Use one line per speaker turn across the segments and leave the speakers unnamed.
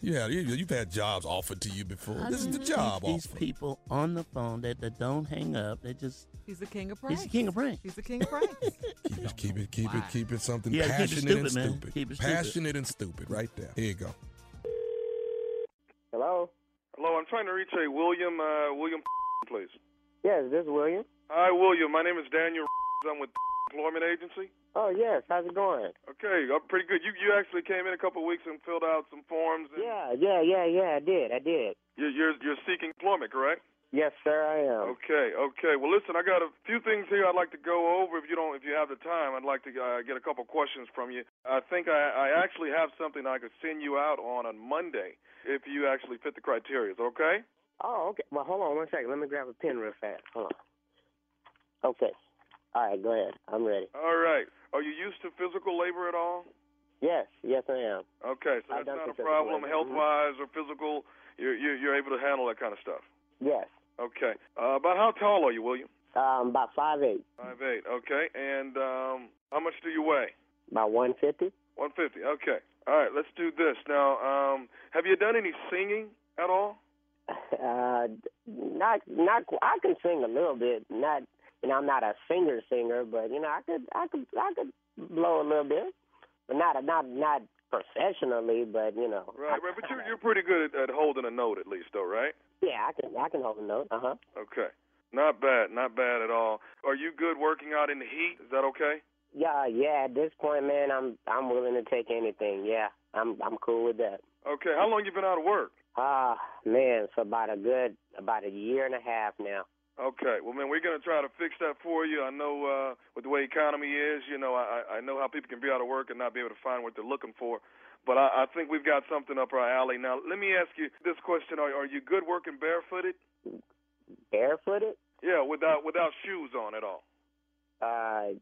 Yeah, you, you've had jobs offered to you before.
I
this is
mean,
the
it's
job
These
offer.
people on the phone that, that don't hang up, they just
He's the king of pranks.
he's the king of pranks.
He's the king of pranks.
Keep it, keep it, keep it,
Why?
keep it something
Yeah, keep it
passionate and
stupid, man.
stupid.
Keep it stupid.
passionate and stupid, right there. Here you go.
Hello?
Hello, I'm trying to reach a William, uh, William, please.
Yes, this is William.
Hi, William. My name is Daniel. I'm with Employment Agency.
Oh, yes. How's it going?
Okay, I'm pretty good. You you actually came in a couple of weeks and filled out some forms. And
Yeah, yeah, yeah, yeah. I did. I did.
You're, you're you're seeking employment, correct?
Yes, sir, I am.
Okay, okay. Well, listen, I got a few things here I'd like to go over. If you don't, if you have the time, I'd like to uh, get a couple questions from you. I think I, I actually have something I could send you out on on Monday if you actually fit the criteria. Okay?
Oh, okay. Well, hold on one second. Let me grab a pen real fast. Hold on. Okay. All right, go ahead. I'm ready.
All right. Are you used to physical labor at all?
Yes, yes, I am.
Okay, so
I
that's
don't
not a
think that's Mm-hmm. a
problem
problem.
health wise or physical. You're, you're you're able to handle that kind of stuff.
Yes.
Okay. Uh, about how tall are you, William?
Um, about five eight,
Five eight. Okay. And um, how much do you weigh?
about 150.
One fifty. Okay. All right. Let's do this now. Um, have you done any singing at all?
Uh, not, not. qu- I can sing a little bit. Not, you know, I'm not a singer, singer, but you know, I could, I could, I could blow a little bit, but not, not, not professionally. But you know,
Right.
I-
Right. But you're you're pretty good at, at holding a note at least, though, right?
Yeah, I can, I can hold a note. Uh huh.
Okay. Not bad. Not bad at all. Are you good working out in the heat? Is that okay?
Yeah, yeah. At this point, man, I'm, I'm willing to take anything. Yeah, I'm, I'm cool with that.
Okay. How long you been out of work?
Ah, man, it's about a good, about a year and a half now.
Okay, well, man, we're gonna try to fix that for you. I know uh, with the way economy is, you know, I, I know how people can be out of work and not be able to find what they're looking for. But I, I think we've got something up our alley. Now, let me ask you this question: Are, are you good working barefooted?
Barefooted.
Yeah, without without shoes on at all.
Uh,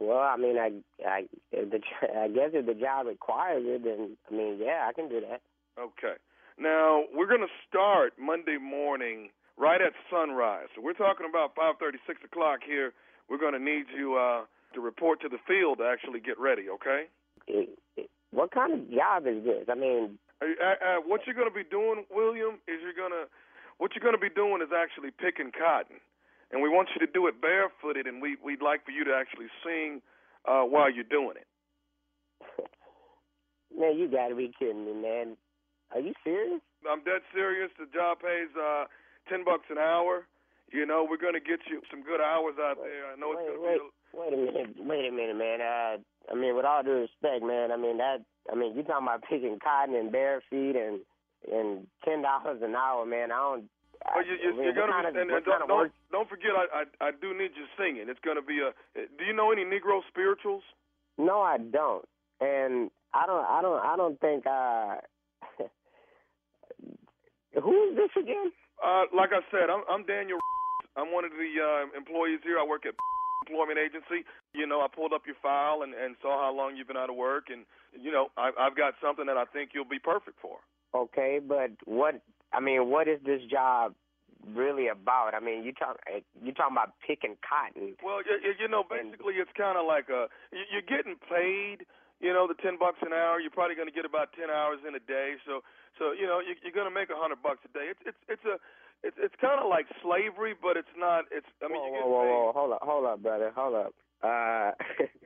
well, I mean, I, I, if the, j- I guess if the job requires it, then I mean, yeah, I can do that.
Okay. Now we're gonna start Monday morning right at sunrise. So we're talking about five thirty, six o'clock here. We're gonna need you uh, to report to the field to actually get ready. Okay.
It, it, what kind of job is this? I mean,
Uh, uh, what you're going to be doing, William, is you're going to what you're going to be doing is actually picking cotton, and we want you to do it barefooted, and we we'd like for you to actually sing uh, while you're doing it.
man, you got to be kidding me, man. Are you serious?
I'm dead serious. The job pays uh, ten bucks an hour. You know, we're going to get you some good hours out there. I know it's
Wait,
going to
wait,
be. a-
wait a minute, wait a minute, man. Uh, I mean, with all due respect, man, I mean that. I mean, you talking about picking cotton and bare feet and and ten dollars an hour, man. I don't.
But you, you,
I mean,
you're
what
gonna
kind of-
be, and,
what
and
kind
don't,
of
don't
work-
don't forget, I, I I do need you singing. It's gonna be a. Do you know any Negro spirituals?
No, I don't. And I don't I don't I don't think uh who is this again?
Uh, like I said, I'm, I'm Daniel. I'm one of the uh, employees here. I work at Employment Agency. You know, I pulled up your file and, and saw how long you've been out of work, and you know, I, I've got something that I think you'll be perfect for.
Okay, but what I mean, what is this job really about? I mean, you talk eh, you talking about picking cotton.
Well, you, you- you know, basically, it's kind of like a you- you're getting paid. You know, the ten bucks an hour. You're probably going to get about ten hours in a day. So, so you know, you, you're going to make a hundred bucks a day. It's it's it's a it's it's kind of like slavery, but it's not. It's I mean,
whoa,
you get
whoa, whoa,
paid.
whoa, hold up, hold up, brother, hold up. Uh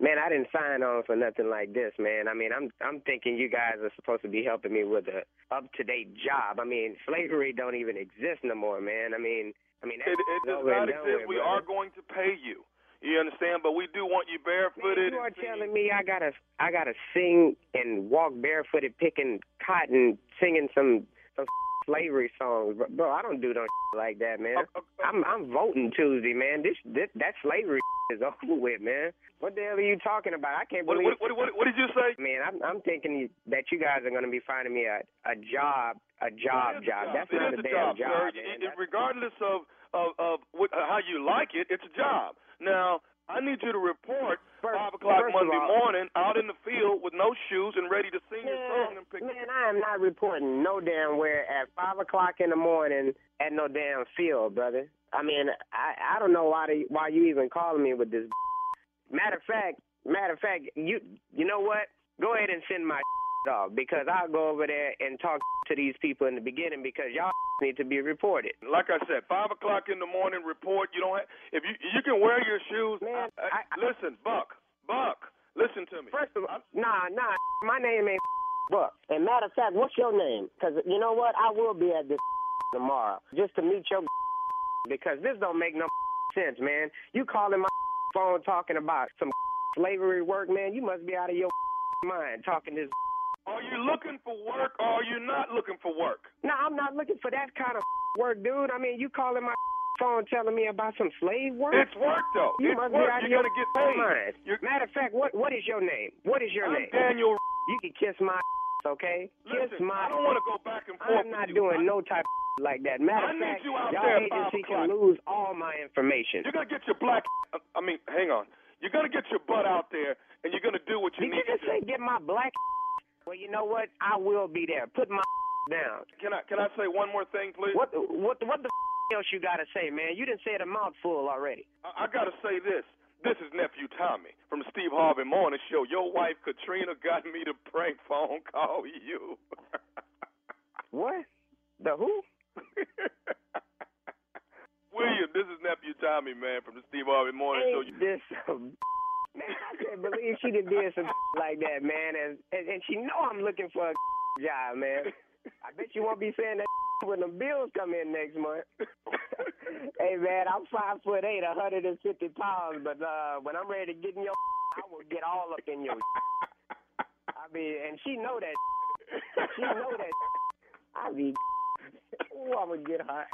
Man, I didn't sign on for nothing like this, man. I mean, I'm I'm thinking you guys are supposed to be helping me with a up to date job. I mean, slavery don't even exist no more, man. I mean, I mean,
It, it does not exist. We are going to pay you. You understand? But we do want you barefooted.
You are
and singing.
telling me I gotta I gotta sing and walk barefooted, picking cotton, singing some some slavery songs, bro. bro, I don't do no like that, man.
O- o-
I'm I'm voting Tuesday, man. This, this that slavery is over with, man. What the hell are you talking about? I can't
What,
believe.
what, what, what, what did you say?
Man, I'm I'm thinking that you guys are gonna be finding me a a job a job
It is a
job. That's
It
not a
is a
damn
job,
job.
sir. It-
man.
it- regardless of of, of what, how you like it, it's a job. Now I need you to report
First-
five o'clock
first of
Monday
all-
morning out in the field with no shoes and ready to sing your song and pick.
man, I am not reporting no damn where at five o'clock in the morning at no damn field, brother. I mean, I I don't know why they, why you even calling me with this. Matter of fact, matter of fact, you you know what? Go ahead and send my dog, because I'll go over there and talk to these people in the beginning because y'all need to be reported.
Like I said, five o'clock in the morning. Report. You don't. Have, if you you can wear your shoes.
Man,
Uh,
I- I-
listen, Buck. Buck. Listen to me.
First of all, nah, nah, my name ain't Buck. And matter of fact, what's your name? Because you know what? I will be at this tomorrow just to meet your because this don't make no sense, man. You calling my phone talking about some slavery work, man. You must be out of your mind talking this.
Are you looking for work or are you not looking for work?
No, I'm not looking for that kind of work, dude. I mean, you calling my phone telling me about some slave work?
It's work though.
you
it's
must be
work.
out of
You're
your
gonna get
mind.
paid. You're,
Matter of fact, what what is your name? What is your
I'm
name?
Daniel.
You can kiss my okay? kiss
Listen,
my
I don't want to go back and forth.
I'm not
with you.
doing no type of like that. Matter
I
of
need
fact,
you out
y'all
there at five
agency
o'clock.
can lose all my information.
You're gonna get your black. I mean, hang on. You're gonna get your butt out there, and you're gonna do what you
Did you
need
just
to
say get my black? Well, you know what? I will be there. Put my down.
do. Can I can I say one more thing, please?
What what what the else you gotta say, man? You didn't say a mouthful already.
I, I gotta say this. This is nephew Tommy from the Steve Harvey Morning Show. Your wife Katrina got me to prank phone call you.
What? The who?
William, this is nephew Tommy, man, from the Steve Harvey Morning Show.
Ain't this some man? I can't believe she done did some like that, man. And, and and she know I'm looking for a job, man. I bet you won't be saying that when the bills come in next month. hey man, I'm five foot eight, a hundred and fifty pounds, but uh when I'm ready to get in your I will get all up in your I mean and she know that she know that I mean Ooh, I'm gonna get her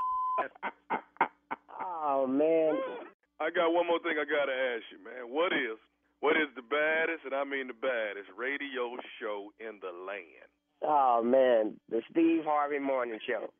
Oh man.
I got one more thing I gotta ask you, man. What is what is the baddest, and I mean the baddest, radio show in the land?
Oh man, the Steve Harvey morning show.